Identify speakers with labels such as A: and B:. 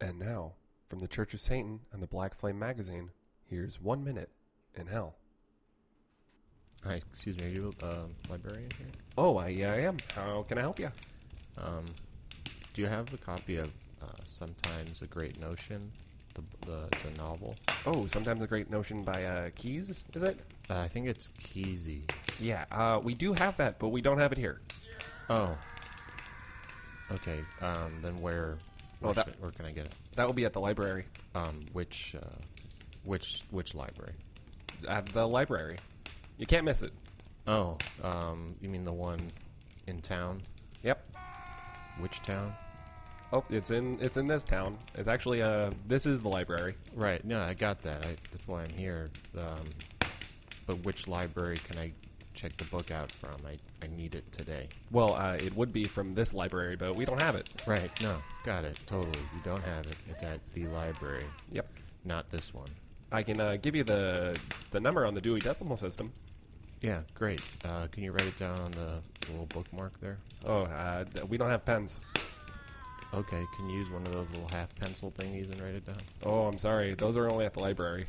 A: And now, from the Church of Satan and the Black Flame magazine, here's One Minute in Hell.
B: Hi, excuse me. Are you a uh, librarian here?
A: Oh, I, I am. How can I help you?
B: Um, do you have a copy of uh, Sometimes a Great Notion? The, the it's a novel.
A: Oh, sometimes the Great Notion by uh, Keys, is it?
B: Uh, I think it's Keezy.
A: Yeah, uh, we do have that, but we don't have it here.
B: Oh. Okay. Um, then where? Where,
A: Oh, that-
B: should- where can I get it?
A: That will be at the library.
B: Um, which, uh, which, which library?
A: At the library. You can't miss it.
B: Oh, um, you mean the one in town?
A: Yep.
B: Which town?
A: Oh, it's in it's in this town. It's actually uh this is the library.
B: Right. No, I got that. I, that's why I'm here. Um, but which library can I check the book out from? I, I need it today.
A: Well, uh, it would be from this library, but we don't have it.
B: Right. No, got it. Totally. You don't have it. It's at the library,
A: Yep.
B: not this one.
A: I can uh, give you the the number on the Dewey Decimal System.
B: Yeah, great. Uh, can you write it down on the little bookmark there?
A: Oh, uh, th- we don't have pens.
B: Okay, can you use one of those little half pencil thingies and write it down?
A: Oh, I'm sorry. Those are only at the library.